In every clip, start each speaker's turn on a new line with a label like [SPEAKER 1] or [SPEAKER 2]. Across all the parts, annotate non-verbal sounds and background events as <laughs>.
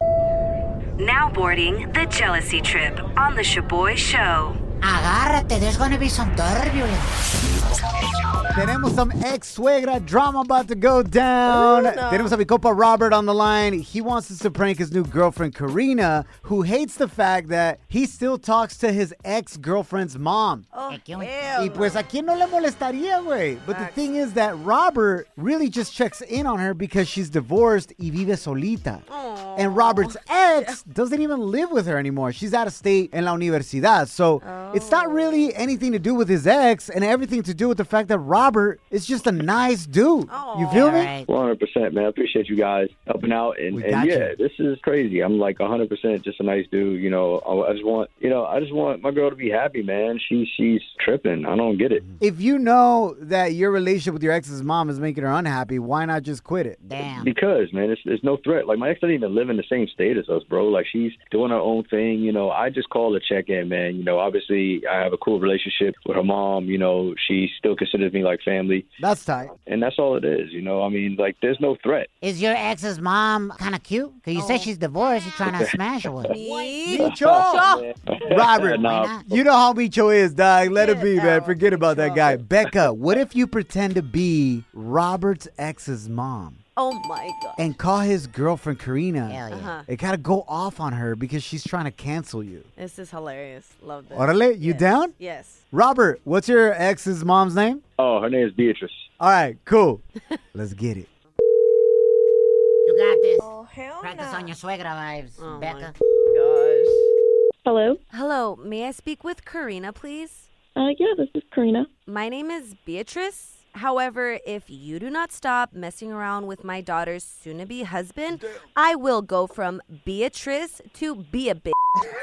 [SPEAKER 1] Now boarding the jealousy trip on the Shaboy Show.
[SPEAKER 2] Agárrate, there's gonna be some turbulence.
[SPEAKER 3] Tenemos some ex-suegra drama about to go down. Tenemos a mi copa Robert on the line. He wants us to prank his new girlfriend, Karina, who hates the fact that he still talks to his ex-girlfriend's mom.
[SPEAKER 4] Oh,
[SPEAKER 2] Hey, ¿qué onda?
[SPEAKER 3] Y pues a quién no le molestaría, güey. But the thing is that Robert really just checks in on her because she's divorced y vive solita. And Robert's ex doesn't even live with her anymore. She's out of state in la universidad. So it's not really anything to do with his ex and everything to do with the fact that Robert is just a nice dude. You feel me?
[SPEAKER 2] Alright.
[SPEAKER 5] 100%, man. I appreciate you guys helping out. And,
[SPEAKER 3] We got
[SPEAKER 5] and yeah,
[SPEAKER 3] you.
[SPEAKER 5] this is crazy. I'm like 100% just a nice dude. You know, I I just want, you know, I just want my girl to be happy, man. She She's tripping. I don't get it.
[SPEAKER 3] If you know that your relationship with your ex's mom is making her unhappy, why not just quit it?
[SPEAKER 2] Damn.
[SPEAKER 5] Because, man, it's, it's no threat. Like, my ex doesn't even live in the same state as us, bro. Like, she's doing her own thing. You know, I just call to check in, man. You know, obviously, I have a cool relationship with her mom. You know, she still considers me like family.
[SPEAKER 3] That's tight.
[SPEAKER 5] And that's all it is. You know, I mean, like, there's no threat.
[SPEAKER 2] Is your ex's mom kind of cute? Cause you said she's divorced. You trying to smash her? What?
[SPEAKER 4] Oh. Me?
[SPEAKER 3] Micho! <laughs> Robert,
[SPEAKER 5] <laughs> Nah.
[SPEAKER 2] not?
[SPEAKER 3] you know how Micho is, dog. Let it be, man. Forget about that guy. Becca, what if you pretend to be Robert's ex's mom
[SPEAKER 4] Oh my god.
[SPEAKER 3] and call his girlfriend
[SPEAKER 2] Hell
[SPEAKER 3] Karina?
[SPEAKER 2] yeah.
[SPEAKER 4] Uh-huh.
[SPEAKER 3] It gotta go off on her because she's trying to cancel you.
[SPEAKER 4] This is hilarious. Love this.
[SPEAKER 3] Orale, you
[SPEAKER 4] Yes.
[SPEAKER 3] down?
[SPEAKER 4] Yes.
[SPEAKER 3] Robert, what's your ex's mom's name?
[SPEAKER 5] Oh, her name is Beatrice.
[SPEAKER 3] All right,
[SPEAKER 2] <laughs>
[SPEAKER 3] cool. Let's get it.
[SPEAKER 2] You got this.
[SPEAKER 6] hell
[SPEAKER 2] Practice on your suegra vibes,
[SPEAKER 4] Oh, my
[SPEAKER 2] Becca.
[SPEAKER 6] Hello.
[SPEAKER 4] Hello, may I speak with Karina, please?
[SPEAKER 6] Uh, yeah, this is Karina.
[SPEAKER 4] My name is Beatrice. However, if you do not stop messing around with my daughter's soon-to-be husband, I will go from Beatrice to be a bitch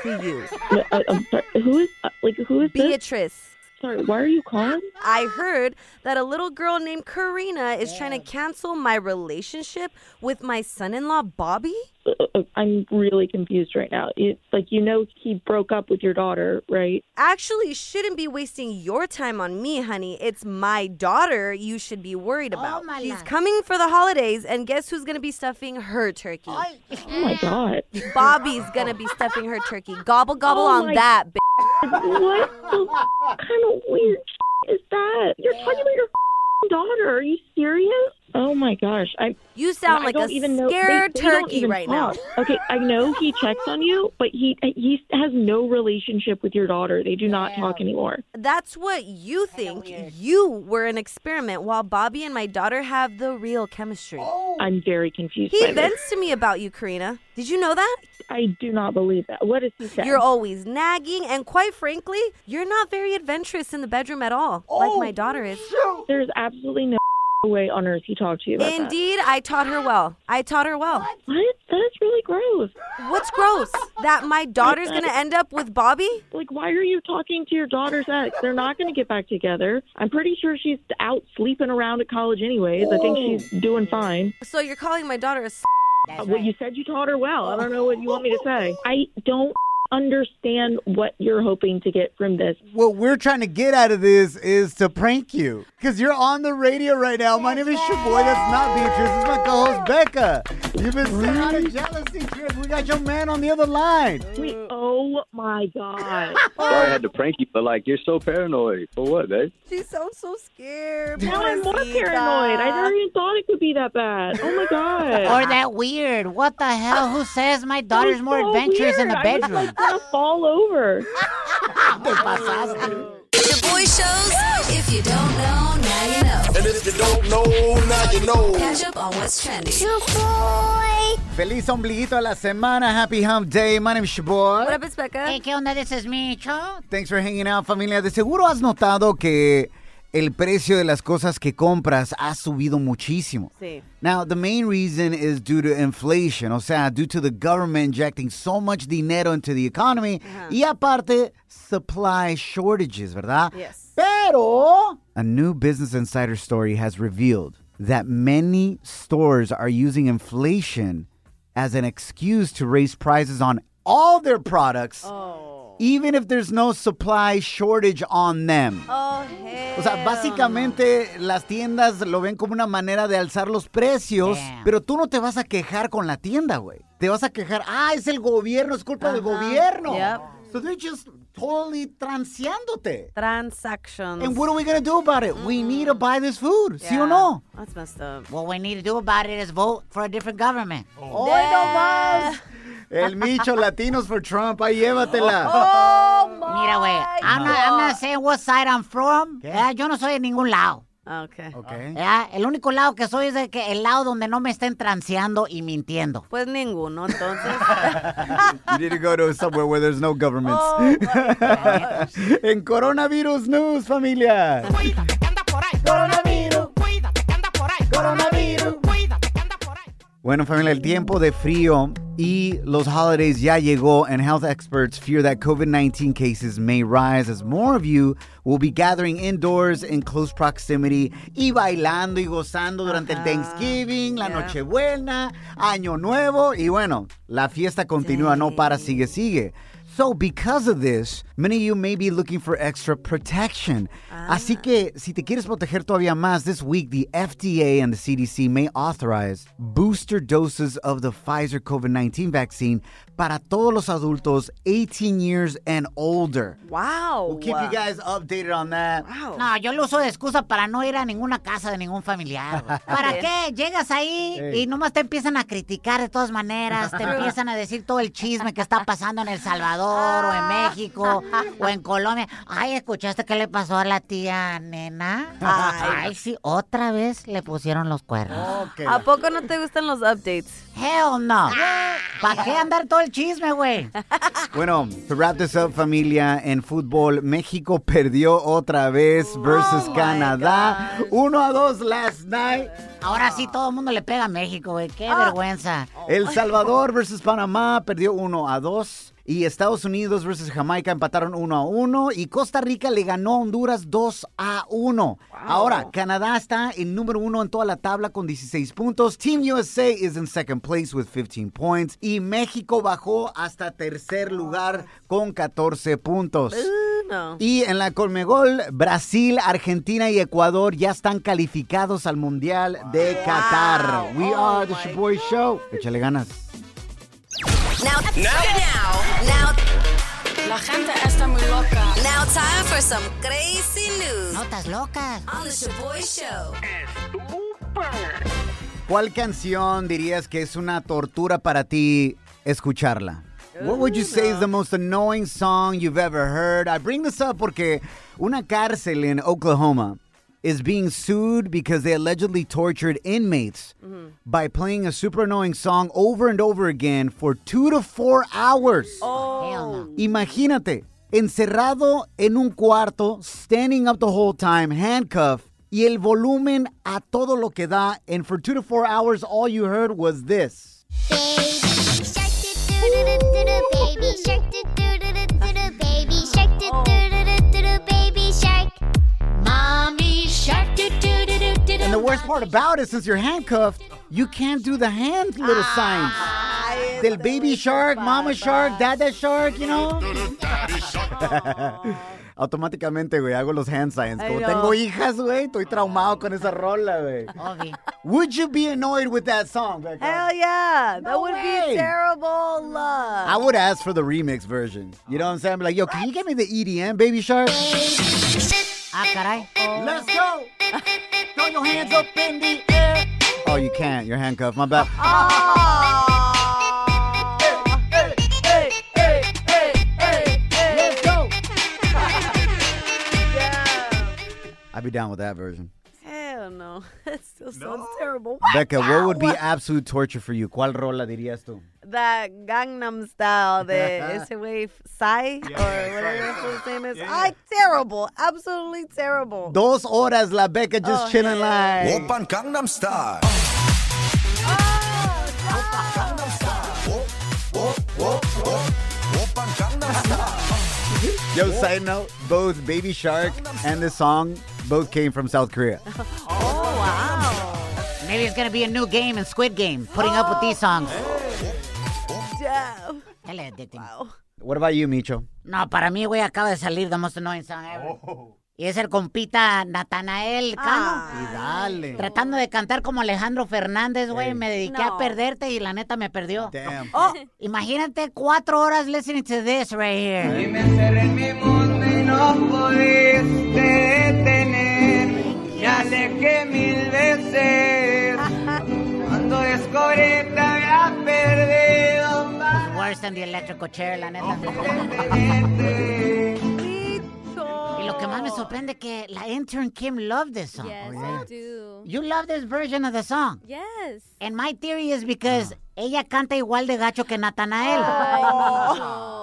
[SPEAKER 4] to you.
[SPEAKER 6] No, I, am sorry. Who is uh, like who is this?
[SPEAKER 4] Beatrice.
[SPEAKER 6] Sorry, why are you calling?
[SPEAKER 2] Ah.
[SPEAKER 4] I heard that a little girl named Karina is trying to cancel my relationship with my son in law, Bobby.
[SPEAKER 6] Uh, uh, I'm really confused right now. It's like you know he broke up with your daughter, right?
[SPEAKER 4] Actually, you shouldn't be wasting your time on me, honey. It's my daughter you should be worried about.
[SPEAKER 2] my
[SPEAKER 4] She's
[SPEAKER 2] life.
[SPEAKER 4] coming for the holidays, and guess who's going to be stuffing her turkey?
[SPEAKER 6] Oh my
[SPEAKER 4] <laughs>
[SPEAKER 6] god.
[SPEAKER 4] Bobby's going to be stuffing her turkey. Gobble, gobble
[SPEAKER 6] <laughs> Oh
[SPEAKER 4] on
[SPEAKER 6] my-
[SPEAKER 4] that, bitch.
[SPEAKER 6] what the kind of weird is that? You're talking about your daughter. Are you serious? Oh my gosh. I
[SPEAKER 4] You sound
[SPEAKER 6] I
[SPEAKER 4] like
[SPEAKER 6] don't
[SPEAKER 4] a
[SPEAKER 6] even know. they-
[SPEAKER 4] scared
[SPEAKER 6] they don't
[SPEAKER 4] turkey
[SPEAKER 6] even
[SPEAKER 4] right now.
[SPEAKER 6] talk. Okay, I know he checks on you, but he he has no relationship with your daughter. They do not talk anymore.
[SPEAKER 4] That's what you think. You were an experiment while Bobby and my daughter have the real chemistry.
[SPEAKER 6] I'm very confused.
[SPEAKER 4] He
[SPEAKER 6] by this.
[SPEAKER 4] vents to me about you, Karina. Did you know that?
[SPEAKER 6] I do not believe that. What does he say?
[SPEAKER 4] You're always nagging, and quite frankly, you're not very adventurous in the bedroom at all,
[SPEAKER 6] Oh,
[SPEAKER 4] like my daughter is.
[SPEAKER 6] There's absolutely no way on earth he talked to you about that. Oh
[SPEAKER 4] Indeed, I taught her well. I taught her well.
[SPEAKER 6] What? That is really gross.
[SPEAKER 4] What's gross? That
[SPEAKER 6] <laughs>
[SPEAKER 4] my daughter's gonna end up with Bobby?
[SPEAKER 6] Like, why are you talking to your daughter's ex? They're not going to get back together. I'm pretty sure she's out sleeping around at college anyways. I think she's doing fine.
[SPEAKER 4] So you're calling my daughter a s-
[SPEAKER 2] That's
[SPEAKER 6] Well,
[SPEAKER 2] right.
[SPEAKER 6] you said you taught her well. I don't know what you want me to say. I don't understand what you're hoping to get from this.
[SPEAKER 3] What we're trying to get out of this is to prank you. Because you're on the radio right now. My name is Shaboy. That's not Beatrice. It's my co host, Becca. You've been sent on a jealousy trip. We got your man on the other line.
[SPEAKER 6] Wait, oh my God.
[SPEAKER 5] Sorry I had to prank you, but like, you're so paranoid. For what, babe?
[SPEAKER 4] She sounds so scared.
[SPEAKER 6] Now I'm more paranoid. I never even thought it could be that bad. Oh my God.
[SPEAKER 2] <laughs> or that weird. What the hell? Who says my
[SPEAKER 6] That
[SPEAKER 2] daughter's
[SPEAKER 6] was
[SPEAKER 2] more
[SPEAKER 6] so
[SPEAKER 2] adventurous in the
[SPEAKER 6] weird. I was
[SPEAKER 2] bedroom?
[SPEAKER 6] like gonna fall over.
[SPEAKER 7] Shaboy Shows. If you don't know, now you know.
[SPEAKER 8] And if you don't know, now you know.
[SPEAKER 7] Catch up on what's trending.
[SPEAKER 3] Feliz ombliguito a la semana. Happy hump day. My name is Shaboy.
[SPEAKER 4] What up, it's Becca?
[SPEAKER 2] Hey, ¿qué onda? This is Micho.
[SPEAKER 3] Thanks for hanging out, familia. De seguro has notado que el precio de las cosas que compras ha subido muchísimo.
[SPEAKER 9] Sí.
[SPEAKER 3] Now, the main reason is due to inflation, o sea, due to the government injecting so much dinero into the economy. Y aparte, supply shortages, ¿verdad?
[SPEAKER 9] Yes.
[SPEAKER 3] Pero, a new Business Insider story has revealed that many stores are using inflation as an excuse to raise prices on all their products,
[SPEAKER 9] Oh.
[SPEAKER 3] even if there's no supply shortage on them.
[SPEAKER 4] Oh, hey.
[SPEAKER 3] O sea, básicamente las tiendas lo ven como una manera de alzar los precios,
[SPEAKER 2] Damn.
[SPEAKER 3] pero tú no te vas a quejar con la tienda, güey. Te vas a quejar, ah, es el gobierno, es culpa del gobierno.
[SPEAKER 4] Yep.
[SPEAKER 3] So they're just totally transeándote.
[SPEAKER 4] Transactions.
[SPEAKER 3] And what are we gonna do about it? We need to buy this food, ¿sí o
[SPEAKER 4] <laughs>
[SPEAKER 3] no?
[SPEAKER 4] That's messed up.
[SPEAKER 2] What we need to do about it is vote for a different government.
[SPEAKER 4] Oh,
[SPEAKER 3] ¡Hoy no más! El Micho Latinos for Trump, ahí llévatela.
[SPEAKER 4] Oh, my.
[SPEAKER 2] Mira, güey, I'm, not- I'm not saying what side I'm from.
[SPEAKER 3] ¿Qué?
[SPEAKER 2] ¿verdad? Yo no soy de ningún lado.
[SPEAKER 4] Ah, Okay.
[SPEAKER 3] Okay.
[SPEAKER 2] ¿verdad? Ah, El único lado que soy es el, que, el lado donde no me estén transeando y mintiendo.
[SPEAKER 4] Pues
[SPEAKER 8] <laughs>
[SPEAKER 4] ninguno, entonces.
[SPEAKER 3] You need to go to somewhere where there's no governments. <laughs> en coronavirus news, familia. Bueno, familia, el tiempo de frío y los holidays ya llegó, and health experts fear that COVID 19 cases may rise as more of you will be gathering indoors in close proximity y bailando y gozando durante el Thanksgiving, la Nochebuena, Año Nuevo, y bueno, la fiesta continúa, no para, sigue, sigue. So, because of this, many of you may be looking for extra protection. Así que, si te quieres proteger todavía más, this week the FDA and the CDC may authorize booster doses of the Pfizer COVID 19 vaccine para todos los adultos 18 years and older.
[SPEAKER 4] wow.
[SPEAKER 3] We'll keep you guys updated on that.
[SPEAKER 4] Wow.
[SPEAKER 2] No, yo lo uso de excusa para no ir a ninguna casa de ningún familiar. güey. ¿Para qué? Llegas ahí
[SPEAKER 3] Ey.
[SPEAKER 2] y nomás te empiezan a criticar de todas maneras, te empiezan a decir todo el chisme que está pasando en El Salvador o en México o en Colombia. Ay, ¿escuchaste qué le pasó a la tía nena? Ay, sí, otra vez le pusieron los cuernos.
[SPEAKER 3] Okay.
[SPEAKER 4] ¿A poco no te gustan los updates?
[SPEAKER 2] Hell no. ¿Para qué andar todo el chisme, güey?
[SPEAKER 3] Bueno, to wrap this up, familia, en fútbol, México <laughs> perdió otra vez versus Canadá. 1 a 2 last night.
[SPEAKER 2] Ahora sí todo el mundo le pega a México, güey. Qué vergüenza.
[SPEAKER 3] El Salvador versus Panamá perdió 1 a 2. Y Estados Unidos versus Jamaica empataron 1 a 1. Y Costa Rica le ganó a Honduras 2 a 1. Ahora, Canadá está en número 1 en toda la tabla con 16 puntos. Team USA is in second place with 15 points. Y México bajó hasta tercer lugar con 14 puntos.
[SPEAKER 4] Uh, no.
[SPEAKER 3] Y en la Colmegol, Brasil, Argentina y Ecuador ya están calificados al Mundial de Qatar. We are the Shaboy Show. Échale ganas.
[SPEAKER 7] Now, now, now, now,
[SPEAKER 10] La gente está muy loca.
[SPEAKER 7] now, time for some crazy news
[SPEAKER 2] Notas locas.
[SPEAKER 7] on the Shaboy Show.
[SPEAKER 3] ¿Cuál canción dirías que es una tortura para ti escucharla? What would you say is the most annoying song you've ever heard? I bring this up porque una cárcel in Oklahoma is being sued because they allegedly tortured inmates by playing a super annoying song over and over again for two to four hours.
[SPEAKER 2] Hell no.
[SPEAKER 3] Imagínate, encerrado en un cuarto, standing up the whole time, handcuffed, y el volumen a todo lo que da, and for two to four hours, all you heard was this. And the worst part about it, since you're handcuffed, you can't do the hand little signs. Del baby shark, mama shark, dada shark, you know? Automáticamente, güey, hago los hand signs. Como
[SPEAKER 4] Ay, no.
[SPEAKER 3] tengo hijas, güey, estoy traumado con esa rola, güey.
[SPEAKER 2] Obvio.
[SPEAKER 3] Would you be annoyed with that song? Becca?
[SPEAKER 4] Hell yeah. that would
[SPEAKER 3] way.
[SPEAKER 4] be terrible. love.
[SPEAKER 3] I would ask for the remix version. You know what I'm saying? I'm like, yo, can you give me the EDM, baby shark?
[SPEAKER 2] Ah, caray.
[SPEAKER 3] Let's go. Throw your hands up in the air. Oh, you can't. You're handcuffed. My bad. Let's go. I'd be down with that version.
[SPEAKER 4] Hell <laughs> no. It still sounds terrible.
[SPEAKER 3] Becca, what would be absolute torture for you? ¿Cuál rola dirías tú?
[SPEAKER 4] that Gangnam Style, <laughs> the ese güey Psy or whatever his first name is. I terrible, absolutely terrible.
[SPEAKER 3] Dos horas la beca just chilling like.
[SPEAKER 8] Open Gangnam Style.
[SPEAKER 4] Ah, <laughs>
[SPEAKER 3] Yo, side note, both Baby Shark and this song both came from South Korea.
[SPEAKER 2] Maybe it's gonna be a new game in Squid Game, putting up with these songs.
[SPEAKER 4] Damn.
[SPEAKER 2] Dale, adicting.
[SPEAKER 3] What about you, Micho?
[SPEAKER 2] No, para mí, güey, acaba de salir the most annoying song ever. Y es el compita Natanael
[SPEAKER 3] Ah.
[SPEAKER 2] Cano.
[SPEAKER 3] Dale.
[SPEAKER 2] Tratando de cantar como Alejandro Fernández, güey, me dediqué
[SPEAKER 4] No.
[SPEAKER 2] a perderte y la neta me perdió.
[SPEAKER 3] Damn.
[SPEAKER 2] Imagínate cuatro horas listening to this right here. Worse than the electrical chair, la neta. Y lo que más me sorprende que la intern Kim loved this song. Oh,
[SPEAKER 9] Yes, I do.
[SPEAKER 2] You love this version of the song.
[SPEAKER 9] Yes.
[SPEAKER 2] And my theory is because ella canta igual de gacho que Natanael.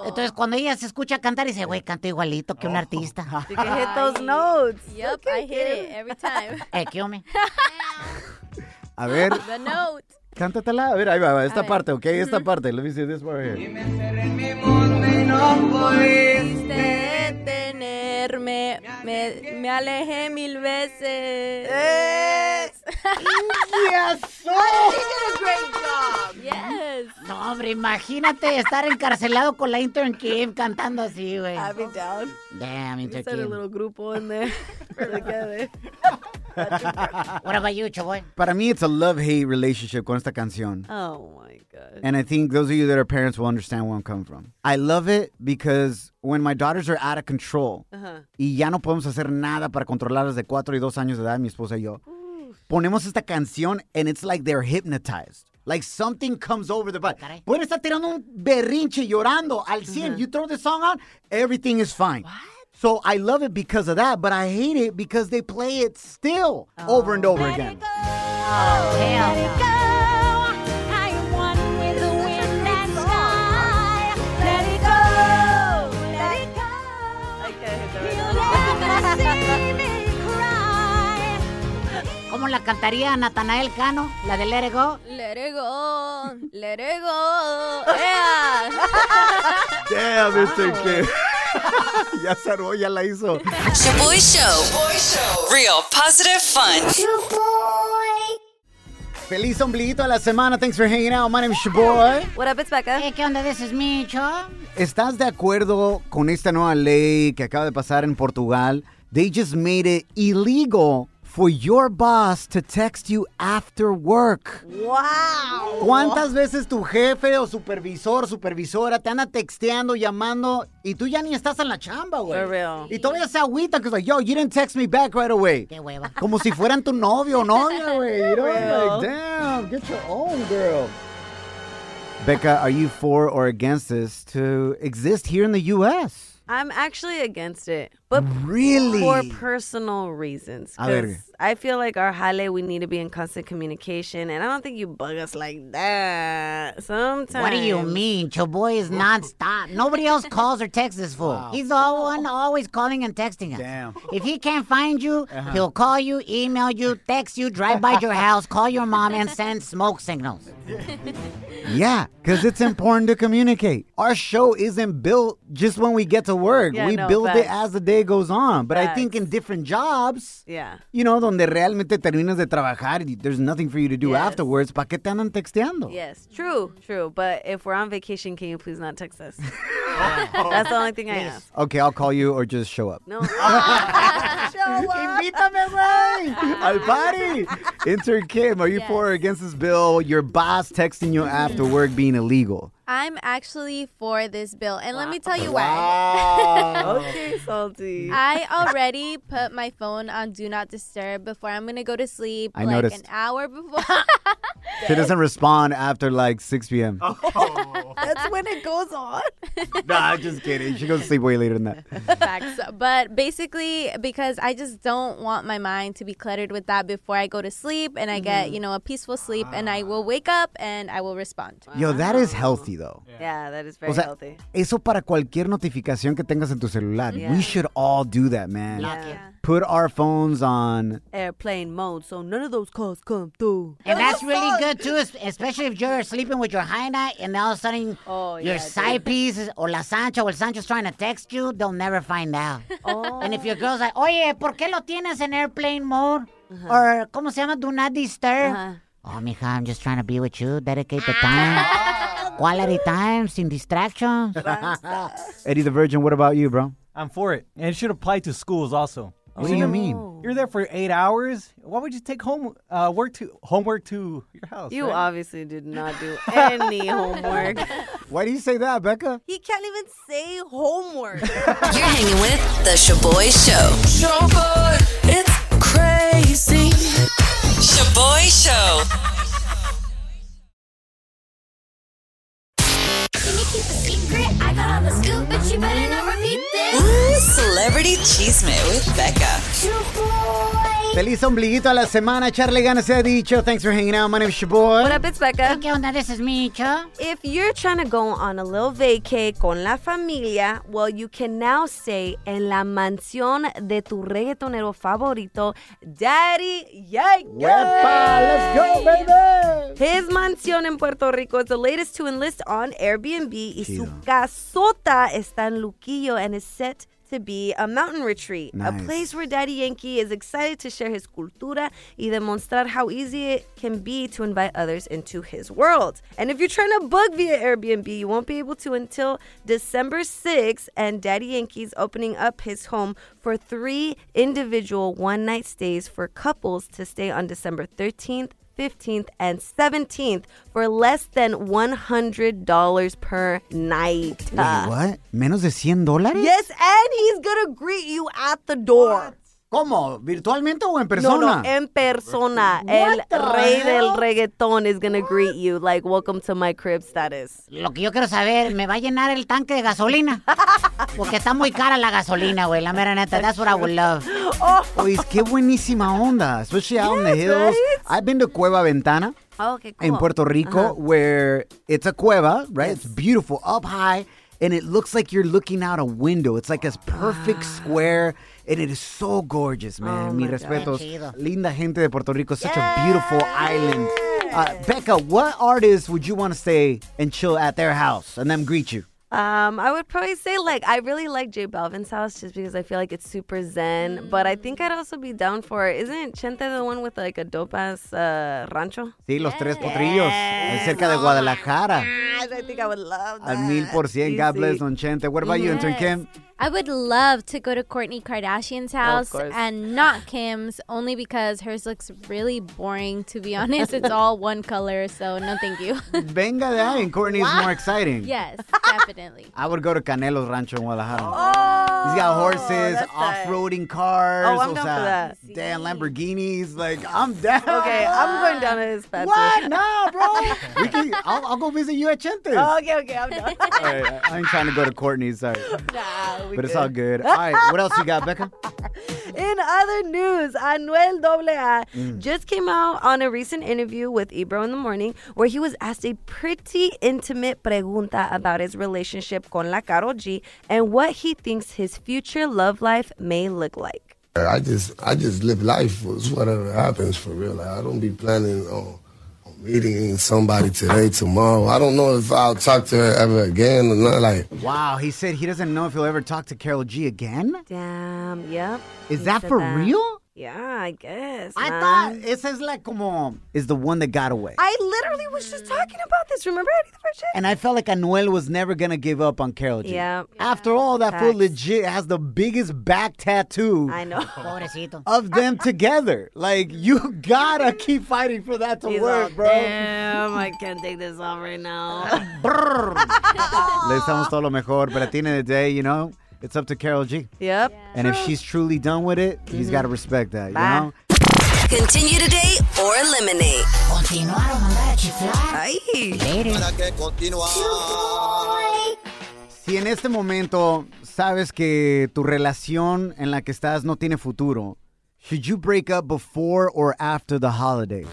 [SPEAKER 2] Entonces cuando ella se escucha cantar dice, güey, canto igualito que un artista.
[SPEAKER 4] You can hit those notes.
[SPEAKER 9] Yep, I hit it every time.
[SPEAKER 2] eh, ¿qué hombre?
[SPEAKER 3] A ver,
[SPEAKER 9] The note.
[SPEAKER 3] cántatela. A ver, ahí va, esta parte, ¿ok? Esta parte. Let me see this part here.
[SPEAKER 9] Pudiste tenerme, me, me alejé mil veces.
[SPEAKER 4] Eh.
[SPEAKER 9] <laughs> Yes.
[SPEAKER 2] No, hombre, imagínate estar encarcelado con la intern Kim cantando así, güey.
[SPEAKER 4] I'll be down.
[SPEAKER 2] Damn, intern
[SPEAKER 4] Said a
[SPEAKER 2] Kim.
[SPEAKER 4] little grupo in <laughs> there. Really good.
[SPEAKER 2] What about you, chavoy?
[SPEAKER 3] Para mí, it's a love-hate relationship con esta canción.
[SPEAKER 4] Oh my god.
[SPEAKER 3] And I think those of you that are parents will understand where I'm coming from. I love it because when my daughters are out of control, y ya no podemos hacer nada para controlarlas de 4 y 2 años de edad, mi esposa y yo, ponemos esta canción and it's like they're hypnotized. Like something comes over the body.
[SPEAKER 2] caray.
[SPEAKER 3] Pueden estar tirando un berrinche llorando al 100. You throw the song on, everything is fine. So I love it because of that, but I hate it because they play it still over and over again.
[SPEAKER 2] Hell.
[SPEAKER 4] <laughs>
[SPEAKER 2] ¿Cómo la cantaría Natanael Cano? La de Let It Go.
[SPEAKER 9] Let it go, let it go. <laughs> Yeah.
[SPEAKER 3] Damn, Mr. Kim. <laughs> ya cerró, ya la hizo.
[SPEAKER 7] Shaboy Show.
[SPEAKER 1] Real positive fun.
[SPEAKER 3] Feliz ombliguito de la semana. Thanks for hanging out. My name is your boy.
[SPEAKER 4] What up, it's Becca.
[SPEAKER 2] Eh, ¿Qué onda de ese Micho?
[SPEAKER 3] ¿Estás de acuerdo con esta nueva ley que acaba de pasar en Portugal? They just made it illegal for your boss to text you after work.
[SPEAKER 4] Wow.
[SPEAKER 3] ¿Cuántas veces tu jefe o supervisor, supervisora te anda texteando, llamando y tú ya ni estás en la chamba, güey?
[SPEAKER 4] For real.
[SPEAKER 3] Y todavía se agüita que es like, yo, you didn't text me back right away.
[SPEAKER 2] Qué hueva.
[SPEAKER 3] Como si fueran tu novio o
[SPEAKER 4] <laughs>
[SPEAKER 3] novia, güey. You know, like, damn, get your own girl. Becca, are you for or against this to exist here in the U.S.?
[SPEAKER 4] I'm actually against it, but
[SPEAKER 3] Really?
[SPEAKER 4] for personal reasons.
[SPEAKER 3] A ver.
[SPEAKER 4] 'cause I feel like our jale, we need to be in constant communication, and I don't think you bug us like that sometimes.
[SPEAKER 2] What do you mean? Choboy is nonstop. Nobody else calls or texts this fool. He's the one always calling and texting us.
[SPEAKER 3] Damn.
[SPEAKER 2] If he can't find you, he'll call you, email you, text you, drive by your house, call your mom, and send smoke signals.
[SPEAKER 3] Yeah, because it's important to communicate. Our show isn't built just when we get to work.
[SPEAKER 4] Yeah,
[SPEAKER 3] we
[SPEAKER 4] no,
[SPEAKER 3] build it
[SPEAKER 4] facts.
[SPEAKER 3] as the day goes on. But I think in different jobs,
[SPEAKER 4] Yeah.
[SPEAKER 3] you know, donde realmente terminas de trabajar y there's nothing for you to do
[SPEAKER 4] Yes.
[SPEAKER 3] afterwards, ¿pa' qué te andan texteando?
[SPEAKER 4] Yes, true, true. But if we're on vacation, can you please not text us? That's the only thing I ask.
[SPEAKER 3] Okay, I'll call you or just show up.
[SPEAKER 4] <laughs> No.
[SPEAKER 3] Invítame, güey, <laughs> al party. Intern Kim, are you for or against this bill? Your boss texting you after work being illegal.
[SPEAKER 9] I'm actually for this bill. And let me tell you why.
[SPEAKER 4] <laughs> okay, salty.
[SPEAKER 9] I already put my phone on do not disturb before I'm gonna go to sleep.
[SPEAKER 3] I
[SPEAKER 9] like
[SPEAKER 3] noticed.
[SPEAKER 9] an hour
[SPEAKER 3] <laughs>
[SPEAKER 9] before.
[SPEAKER 3] She doesn't respond after like 6 p.m.
[SPEAKER 4] That's when it goes on.
[SPEAKER 3] <laughs> Nah, just kidding. She goes to sleep way later than that.
[SPEAKER 9] Facts. But basically, because I just don't want my mind to be cluttered with that before I go to sleep, and I get you know a peaceful sleep, and I will wake up and I will respond.
[SPEAKER 3] Yo, that is healthy though.
[SPEAKER 4] Yeah, that is very
[SPEAKER 3] O sea,
[SPEAKER 4] healthy.
[SPEAKER 3] eso para cualquier notificación que tengas en tu celular. We should all do that, man.
[SPEAKER 4] Yeah.
[SPEAKER 3] Put our phones on.
[SPEAKER 4] Airplane mode, so none of those calls come through.
[SPEAKER 2] And that's really good too, es- especially if you're sleeping with your hyena and all of a sudden
[SPEAKER 4] Oh,
[SPEAKER 2] your
[SPEAKER 4] yeah,
[SPEAKER 2] side piece is- or la Sancha or el Sancho's trying to text you, they'll never find out.
[SPEAKER 4] Oh.
[SPEAKER 2] And if your girl's like, oye, ¿por qué lo tienes en airplane mode?
[SPEAKER 4] Uh-huh.
[SPEAKER 2] Or, ¿cómo se llama? Do not disturb.
[SPEAKER 4] Ajá.
[SPEAKER 2] Oh, mija, I'm just trying to be with you, dedicate the time. Quality time, sin distractions.
[SPEAKER 3] Eddie the Virgin, what about you, bro?
[SPEAKER 11] <laughs> I'm for it. And it should apply to schools also.
[SPEAKER 3] Oh, What do you mean?
[SPEAKER 11] You're there for eight hours. Why would you take home uh, work to homework to your house?
[SPEAKER 4] You
[SPEAKER 11] right?
[SPEAKER 4] obviously did not do any <laughs> homework.
[SPEAKER 3] Why do you say that, Becca?
[SPEAKER 4] He can't even say homework.
[SPEAKER 7] You're hanging with The Shaboy Show. Shaboy, it's crazy. Shaboy Show. Ooh, Celebrity Cheesemate with Becca.
[SPEAKER 3] Feliz ombliguito a la semana. Charlie Gana se ha dicho. Thanks for hanging out. My name's Shaboy.
[SPEAKER 4] what up, it's Becca.
[SPEAKER 2] ¿Qué onda? This is Micho.
[SPEAKER 4] If you're trying to go on a little vacay con la familia, well, you can now stay en la mansión de tu reggaetonero favorito, Daddy Yankee.
[SPEAKER 3] Let's go, baby.
[SPEAKER 4] His mansión en Puerto Rico is the latest to enlist on Airbnb. Y su casota está en Luquillo and is set to be a mountain retreat,
[SPEAKER 3] Nice.
[SPEAKER 4] a place where Daddy Yankee is excited to share his cultura y demostrar how easy it can be to invite others into his world. And if you're trying to book via Airbnb, you won't be able to until December 6th, and Daddy Yankee's opening up his home for three individual one night stays for couples to stay on December 13th. 15th and 17th for less than $100 per night. Uh,
[SPEAKER 3] Wait, what? ¿Menos de 100 dólares?
[SPEAKER 4] Yes, and he's gonna greet you at the door.
[SPEAKER 3] ¿Cómo? ¿Virtualmente o en persona?
[SPEAKER 4] No, no, en persona. El rey del reggaeton is gonna greet you. Like, welcome to my crib status.
[SPEAKER 2] Lo que yo quiero saber, ¿me va a llenar el tanque de gasolina? Porque está muy cara la gasolina, güey, la mera neta. That's what I would love.
[SPEAKER 3] Oye, qué buenísima onda. Especially out in the hills. I've been to Cueva Ventana.
[SPEAKER 4] Oh, okay, cool. Uh-huh.
[SPEAKER 3] in Puerto Rico where it's a cueva, right? It's beautiful up high and it looks like you're looking out a window. It's like a perfect
[SPEAKER 4] Ah.
[SPEAKER 3] square and it is so
[SPEAKER 4] Oh
[SPEAKER 3] gorgeous, man. Mi respetos.
[SPEAKER 2] Qué chido.
[SPEAKER 3] Linda gente de Puerto Rico, such a beautiful island. Uh, Becca, what artists would you want to stay and chill at their house and them greet you?
[SPEAKER 4] Um, I would probably say like I really like J Balvin's house just because I feel like it's super zen. But I think I'd also be down for isn't Chente the one with like a dope ass uh, rancho?
[SPEAKER 3] Sí, los tres potrillos, es cerca de Guadalajara.
[SPEAKER 4] Oh, I think I would love
[SPEAKER 3] Al mil por cien, God bless Don Chente. What about you, Intern Kim?
[SPEAKER 9] I would love to go to Courtney Kardashian's house
[SPEAKER 4] course.
[SPEAKER 9] and not Kim's, only because hers looks really boring. To be honest, it's all one color, so no, thank you.
[SPEAKER 3] Mm. Venga de ahí, Courtney is more exciting.
[SPEAKER 9] yes, definitely.
[SPEAKER 3] I would go to Canelo's Rancho in Guadalajara. He's got horses, off-roading cars.
[SPEAKER 4] Oh, I'm
[SPEAKER 3] o
[SPEAKER 4] down
[SPEAKER 3] sea,
[SPEAKER 4] for that.
[SPEAKER 3] Damn, Lamborghinis. Like, I'm down.
[SPEAKER 4] Okay, I'm going down to his path.
[SPEAKER 3] What? No, bro. we can, I'll, I'll go visit you at Chentes.
[SPEAKER 4] <laughs> Okay, okay, I'm done. Ah,
[SPEAKER 3] All right, <laughs> I- I ain't trying to go to Courtney's.
[SPEAKER 4] <laughs>
[SPEAKER 3] Sorry. but it's all good. All right, what else you got, Becca?
[SPEAKER 4] In other news, Anuel AA just came out on a recent interview with Ebro in the morning where he was asked a pretty intimate pregunta about his relationship con La Karol G and what he thinks his future love life may look like.
[SPEAKER 8] I just I just live life was whatever happens for real. Like, I don't be planning on, on meeting somebody today, tomorrow. I don't know if I'll talk to her ever again or not. Like
[SPEAKER 3] Wow, he said he doesn't know if he'll ever talk to Carol G again.
[SPEAKER 4] Damn, yep.
[SPEAKER 3] Is
[SPEAKER 4] he
[SPEAKER 3] that
[SPEAKER 4] said
[SPEAKER 3] for real?
[SPEAKER 4] Yeah, I guess.
[SPEAKER 3] I
[SPEAKER 4] man.
[SPEAKER 3] thought esa es la como is the one that got away.
[SPEAKER 4] I literally was just talking about this. Remember Eddie the Virgin?
[SPEAKER 3] And I felt like Anuel was never gonna give up on Carol G.
[SPEAKER 4] Yeah.
[SPEAKER 3] After all, that fool
[SPEAKER 4] Facts.
[SPEAKER 3] legit has the biggest back tattoo
[SPEAKER 4] I know.
[SPEAKER 2] Pobrecito.
[SPEAKER 3] of them together. Like you gotta keep fighting for that to
[SPEAKER 4] He's all,
[SPEAKER 3] work, bro.
[SPEAKER 4] Damn, I can't take this off right now.
[SPEAKER 3] Le estamos todo lo mejor, but at the end of the day, you know, it's up to Carol G.
[SPEAKER 4] Yep.
[SPEAKER 3] And if she's truly done with it, he's got to respect that,
[SPEAKER 4] Mm-hmm. Bye.
[SPEAKER 3] you know?
[SPEAKER 7] Continue today or eliminate.
[SPEAKER 2] Continuar o mandar a chiflar.
[SPEAKER 4] Ay.
[SPEAKER 3] Si en este momento sabes que tu relación en la que estás no tiene futuro, should you break up before or after the holidays?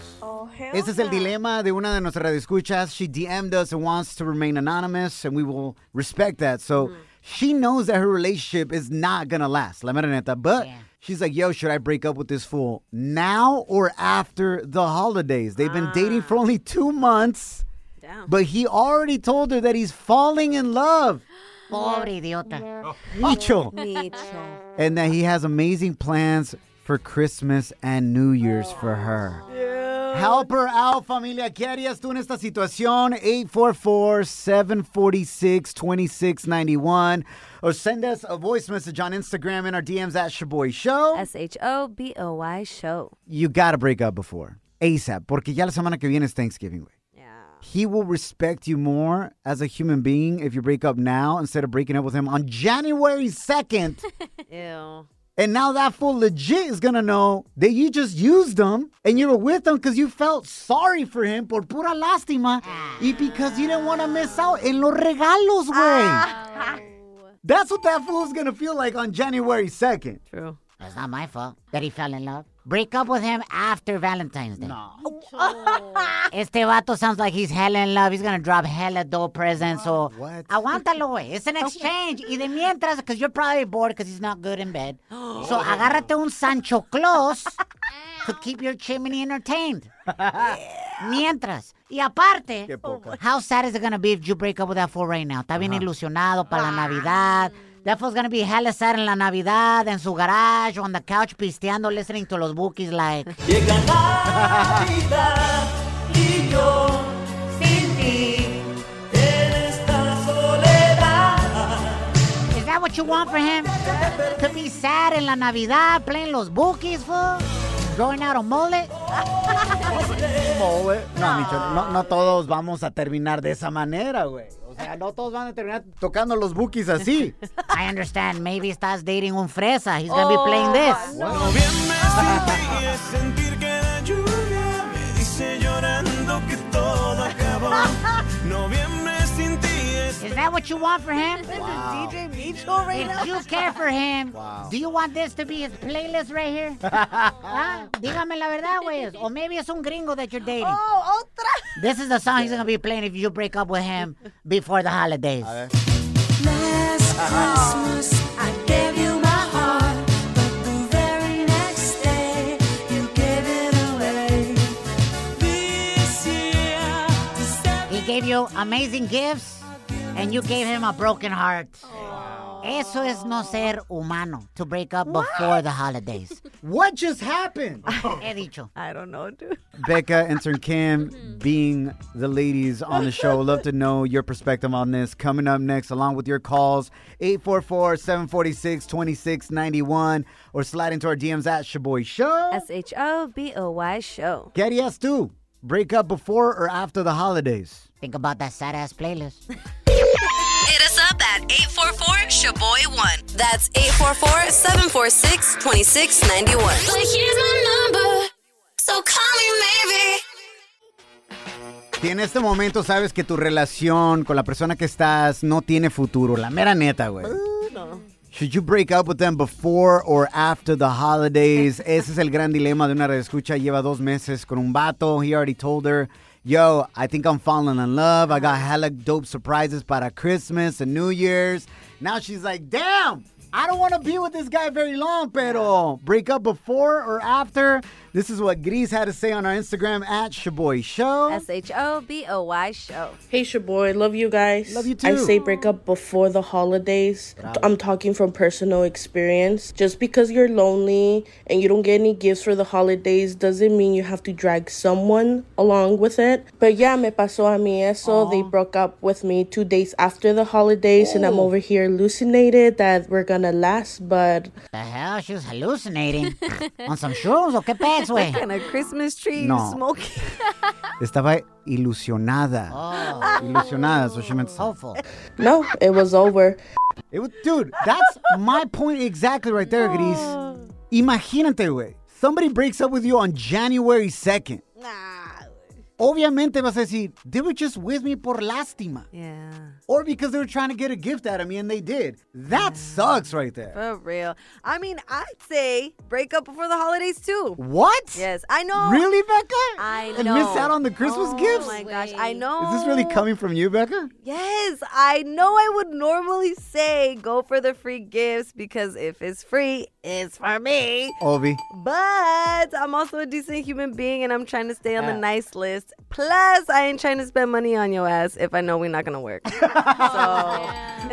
[SPEAKER 3] Ese es el dilema de una de nuestras radioescuchas. She DM'd us and wants to remain anonymous, and we will respect that. So she knows that her relationship is not gonna last, la mera neta. But she's like, "Yo, should I break up with this fool now or after the holidays? They've been dating for only two months,
[SPEAKER 4] Damn.
[SPEAKER 3] but he already told her that he's falling in love,
[SPEAKER 2] Pobre idiota.
[SPEAKER 3] Micho,
[SPEAKER 4] Micho.
[SPEAKER 3] and that he has amazing plans for Christmas and New Year's for her." Help her out, familia. ¿Qué harías tú en esta situación? 844-746-2691. Or send us a voice message on Instagram and our DMs at Shaboy Show.
[SPEAKER 4] S H O B O Y show.
[SPEAKER 3] You gotta break up before. ASAP. Porque ya la semana que viene es Thanksgiving, güey. He will respect you more as a human being if you break up now instead of breaking up with him on January 2nd.
[SPEAKER 4] Ew.
[SPEAKER 3] And now that fool legit is gonna know that you just used him and you were with him because you felt sorry for him por pura lástima y because you didn't want to miss out en los regalos, güey. That's what that fool's gonna feel like on January 2nd.
[SPEAKER 4] True.
[SPEAKER 2] It's not my fault that he fell in love. Break up with him after Valentine's Day. No. este vato sounds like he's hella in love. He's gonna drop hella dope presents. So
[SPEAKER 3] What?
[SPEAKER 2] aguántalo, güey. It's an exchange. y de mientras, because you're probably bored because he's not good in bed. so agárrate un Sancho Claus to keep your chimney entertained. mientras. Y aparte,
[SPEAKER 3] Qué poca.
[SPEAKER 2] how sad is it gonna be if you break up with that fool right now? Está bien ilusionado para la Navidad. That fool's gonna be hella sad en la Navidad, en su garage, on the couch, pisteando, listening to los bookies like... Is that what you want for him? To be sad en la Navidad, playing los bookies, fool? Growing out a mullet?
[SPEAKER 3] No, güey. No, Micho, no, no todos vamos a terminar de esa manera, güey. O sea, no todos van a terminar tocando los bookies así.
[SPEAKER 2] I understand. Maybe estás dating un fresa. He's gonna be playing this. <laughs> Is that what you want for him?
[SPEAKER 4] DJ Micho right
[SPEAKER 2] If you care for him, do you want this to be his playlist right here? Ah, Dígame la verdad, güey. Or maybe it's un gringo that you're dating.
[SPEAKER 4] Oh, otra.
[SPEAKER 2] This is the song he's gonna be playing if you break up with him before the holidays.
[SPEAKER 7] Last Christmas, I gave you my heart, but the very next day, you gave it away. This year, December.
[SPEAKER 2] He gave you amazing gifts and you gave him a broken heart. Eso es no ser humano, to break up before the holidays.
[SPEAKER 3] What just happened?
[SPEAKER 2] He dicho.
[SPEAKER 4] I don't know, dude.
[SPEAKER 3] Becca, intern Kim, being the ladies on the show. Love to know your perspective on this. Coming up next, along with your calls, 844-746-2691, or slide into our DMs at Shaboy Show.
[SPEAKER 4] S H O B O Y show.
[SPEAKER 3] Get yes too. Break up before or after the holidays.
[SPEAKER 2] Think about that sad ass playlist.
[SPEAKER 7] Hit us up at 844 Shaboy1. That's 844 746 2691. But here's my number, so call me maybe.
[SPEAKER 3] Si en este momento sabes que tu relación con la persona que estás no tiene futuro, la mera neta, güey. Should you break up with them before or after the holidays? Ese es el gran dilema de una redescucha. Lleva dos meses con un vato. He already told her, yo, I think I'm falling in love. I got hella dope surprises para Christmas and New Year's. Now she's like, damn, I don't want to be with this guy very long, pero break up before or after. This is what Gris had to say on our Instagram at Shaboy Show.
[SPEAKER 4] S H O B O Y show.
[SPEAKER 12] Hey, Shaboy. Love you guys. Love you
[SPEAKER 3] too.
[SPEAKER 12] I say break up before the holidays. I'm talking from personal experience. Just because you're lonely and you don't get any gifts for the holidays doesn't mean you have to drag someone along with it. But yeah, me pasó a mí eso. They broke up with me two days after the holidays, and I'm
[SPEAKER 2] Oh.
[SPEAKER 12] over here hallucinated that we're gonna last, but.
[SPEAKER 2] The hell, she was hallucinating. On some shrooms or qué
[SPEAKER 4] <laughs>
[SPEAKER 2] pex, güey.
[SPEAKER 4] And a Christmas tree
[SPEAKER 3] No.
[SPEAKER 4] smoking.
[SPEAKER 3] Estaba ilusionada.
[SPEAKER 2] Oh,
[SPEAKER 4] Ah.
[SPEAKER 3] Ilusionada, so she meant
[SPEAKER 4] Oh.
[SPEAKER 3] hopeful.
[SPEAKER 12] No, it was over.
[SPEAKER 3] It was, dude, that's my point exactly right there, Gris.
[SPEAKER 4] Oh.
[SPEAKER 3] Imagínate, güey. Somebody breaks up with you on January 2nd. Obviamente vas a decir, they were just with me por lástima.
[SPEAKER 4] Yeah.
[SPEAKER 3] Or because they were trying to get a gift out of me and they did. That sucks right there.
[SPEAKER 4] For real. I mean, I'd say break up before the holidays too.
[SPEAKER 3] What?
[SPEAKER 4] Yes, I know.
[SPEAKER 3] Really, Becca?
[SPEAKER 4] I
[SPEAKER 3] And
[SPEAKER 4] know.
[SPEAKER 3] miss out on the Christmas gifts?
[SPEAKER 4] Oh my gosh, I know.
[SPEAKER 3] Is this really coming from you, Becca?
[SPEAKER 4] Yes, I know I would normally say go for the free gifts because if it's free, it's for me.
[SPEAKER 3] Ovi.
[SPEAKER 4] But I'm also a decent human being and I'm trying to stay on the
[SPEAKER 3] Yeah.
[SPEAKER 4] nice list. Plus, I ain't trying to spend money on your ass if I know we're not going
[SPEAKER 3] <laughs>
[SPEAKER 4] to work.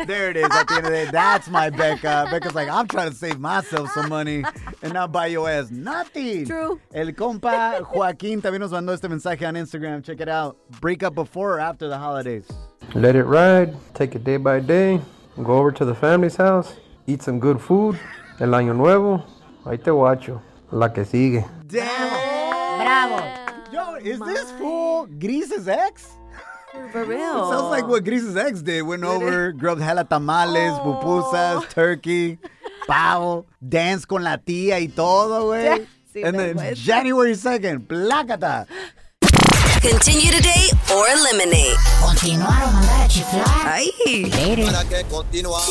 [SPEAKER 3] There it is. At the end of the day, that's my Becca. Becca's like, I'm trying to save myself some money and not buy your ass nothing.
[SPEAKER 4] True.
[SPEAKER 3] El compa Joaquin también nos mandó este mensaje on Instagram. Check it out. Break up before or after the holidays.
[SPEAKER 13] Let it ride, take it day by day, go over to the family's house, eat some good food, el año nuevo, ahí te guacho, la que sigue.
[SPEAKER 3] Bravo. Yo, is this fool Gris's ex?
[SPEAKER 4] For real.
[SPEAKER 3] It sounds like what Gris's ex did. Went over, grubbed hella tamales, pupusas, turkey, pavo, danced con la tía y todo, güey.
[SPEAKER 4] Sí,
[SPEAKER 3] and then
[SPEAKER 4] después.
[SPEAKER 3] January 2nd, placata.
[SPEAKER 1] Continue today or eliminate.
[SPEAKER 2] Continuar o mandar a chiflar.
[SPEAKER 3] Para
[SPEAKER 7] que continuar.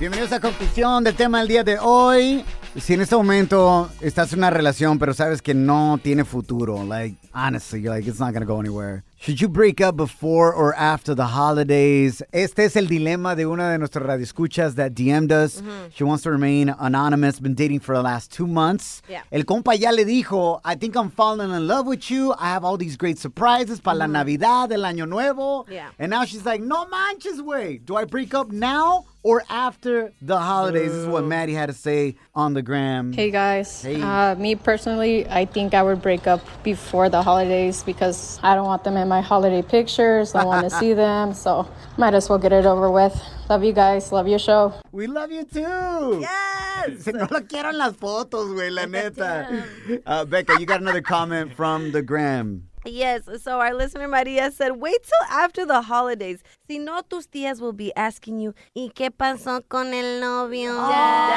[SPEAKER 3] Bienvenidos a conclusión del tema del día de hoy. Si en este momento estás en una relación, pero sabes que no tiene futuro, like, honestly, you're like, it's not gonna go anywhere. Should you break up before or after the holidays? Este es el dilema de una de nuestras radioescuchas that DM'd us.
[SPEAKER 4] Mm-hmm.
[SPEAKER 3] She wants to remain anonymous, been dating for the last two months.
[SPEAKER 4] Yeah.
[SPEAKER 3] El compa ya le dijo, I think I'm falling in love with you. I have all these great surprises para la Navidad, el Año Nuevo.
[SPEAKER 4] Mm-hmm. Yeah.
[SPEAKER 3] And now she's like, no manches, way. Do I break up now or after the holidays? This is what Maddie had to say on the gram.
[SPEAKER 14] Hey guys.
[SPEAKER 3] Hey.
[SPEAKER 14] Uh, me personally, I think I would break up before the holidays because I don't want them in my holiday pictures. I want to
[SPEAKER 2] <laughs>
[SPEAKER 14] see them, so might as well get it over with. Love you guys. Love your show.
[SPEAKER 3] We love you too. Yes. <laughs> No lo quiero en las fotos, güey, la neta. Uh, Becca, you got another comment from the gram.
[SPEAKER 4] Yes, so our listener Maria said, wait till after the holidays. Si no, tus tías will be asking you, ¿y qué pasó con el novio?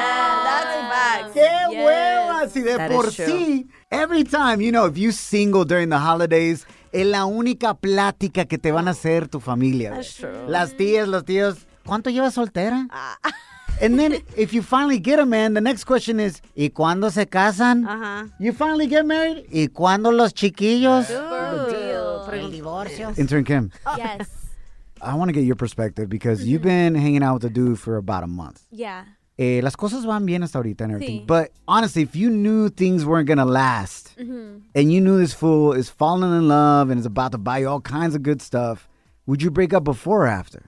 [SPEAKER 4] that's facts.
[SPEAKER 3] ¡Qué hueva! Si de
[SPEAKER 4] That
[SPEAKER 3] por
[SPEAKER 4] is true.
[SPEAKER 3] sí, every time, you know, if you single during the holidays, es la única plática que te van a hacer tu familia.
[SPEAKER 4] That's
[SPEAKER 3] güey.
[SPEAKER 4] true.
[SPEAKER 3] Las tías, los tíos, ¿cuánto llevas soltera? And then, if you finally get a man, the next question is, ¿y cuándo se casan?
[SPEAKER 4] Ajá.
[SPEAKER 3] You finally get married? ¿Y cuándo los chiquillos?
[SPEAKER 2] El divorcio.
[SPEAKER 3] Intern Kim,
[SPEAKER 9] Yes.
[SPEAKER 3] I want to get your perspective because you've been hanging out with the dude for about a month.
[SPEAKER 9] Yeah.
[SPEAKER 3] Eh, las cosas van bien hasta ahorita and everything.
[SPEAKER 9] Sí.
[SPEAKER 3] But honestly, if you knew things weren't going to last,
[SPEAKER 9] Mhm.
[SPEAKER 3] and you knew this fool is falling in love and is about to buy you all kinds of good stuff, would you break up before or after?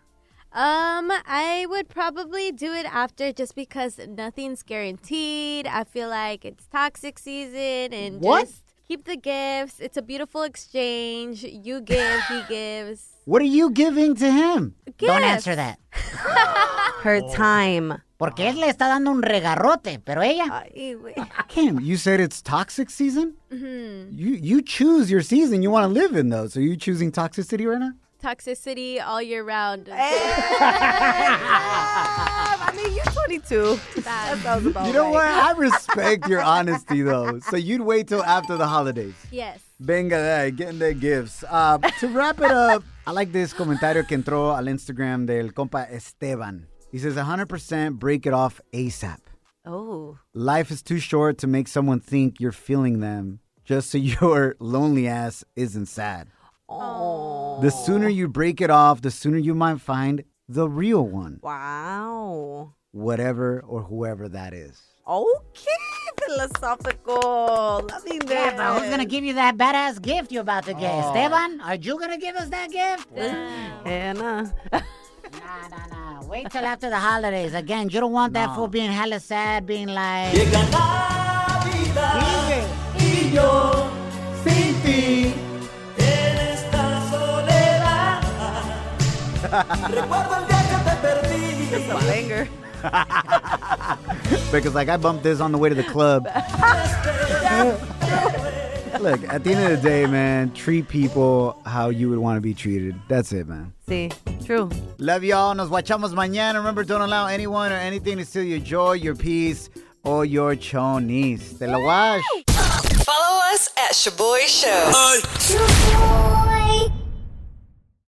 [SPEAKER 9] Um, I would probably do it after just because nothing's guaranteed. I feel like it's toxic season and
[SPEAKER 3] What?
[SPEAKER 9] just keep the gifts. It's a beautiful exchange. You give,
[SPEAKER 2] <laughs>
[SPEAKER 9] he gives.
[SPEAKER 3] What are you giving to him?
[SPEAKER 2] Don't answer that.
[SPEAKER 4] Her time.
[SPEAKER 2] Porque él le está dando un regarrote, pero ella.
[SPEAKER 3] Kim, you said it's toxic season? You you choose your season you want to live in though. So you choosing toxicity right now?
[SPEAKER 9] Toxicity all year round.
[SPEAKER 2] Eh.
[SPEAKER 4] <laughs> I mean, you're 22. That sounds about
[SPEAKER 3] You know
[SPEAKER 4] right.
[SPEAKER 3] what? I respect your honesty though. So you'd wait till after the holidays.
[SPEAKER 9] Yes.
[SPEAKER 3] Venga, de ahí, getting their gifts. Uh, to wrap it up, I like this comentario que entró al Instagram del compa Esteban. He says 100% break it off ASAP.
[SPEAKER 4] Oh.
[SPEAKER 3] Life is too short to make someone think you're feeling them just so <laughs> your lonely ass isn't sad.
[SPEAKER 4] Oh.
[SPEAKER 3] The sooner you break it off, the sooner you might find the real one,
[SPEAKER 4] Wow.
[SPEAKER 3] whatever or whoever that is.
[SPEAKER 4] Okay, philosophical. Loving this.
[SPEAKER 2] Yeah, but who's gonna give you that badass gift you're about to get?
[SPEAKER 4] Oh.
[SPEAKER 2] Esteban, are you gonna give us that gift? Anna. nah, nah, nah. Wait till after the holidays. Again, you don't want that fool being hella sad, being like. Sigue.
[SPEAKER 15] Y yo sin ti en esta
[SPEAKER 4] <laughs>
[SPEAKER 15] soledad. Recuerdo el día que te perdí.
[SPEAKER 3] Becca's like, I bumped this on the way to the club. Look, at the end of the day, man, treat people how you would want to be treated. That's it, man.
[SPEAKER 4] Sí, true.
[SPEAKER 3] Love y'all. Nos guachamos mañana. Remember, don't allow anyone or anything to steal your joy, your peace, or your chonis. Te lo wash.
[SPEAKER 16] Follow us at Shaboy Show.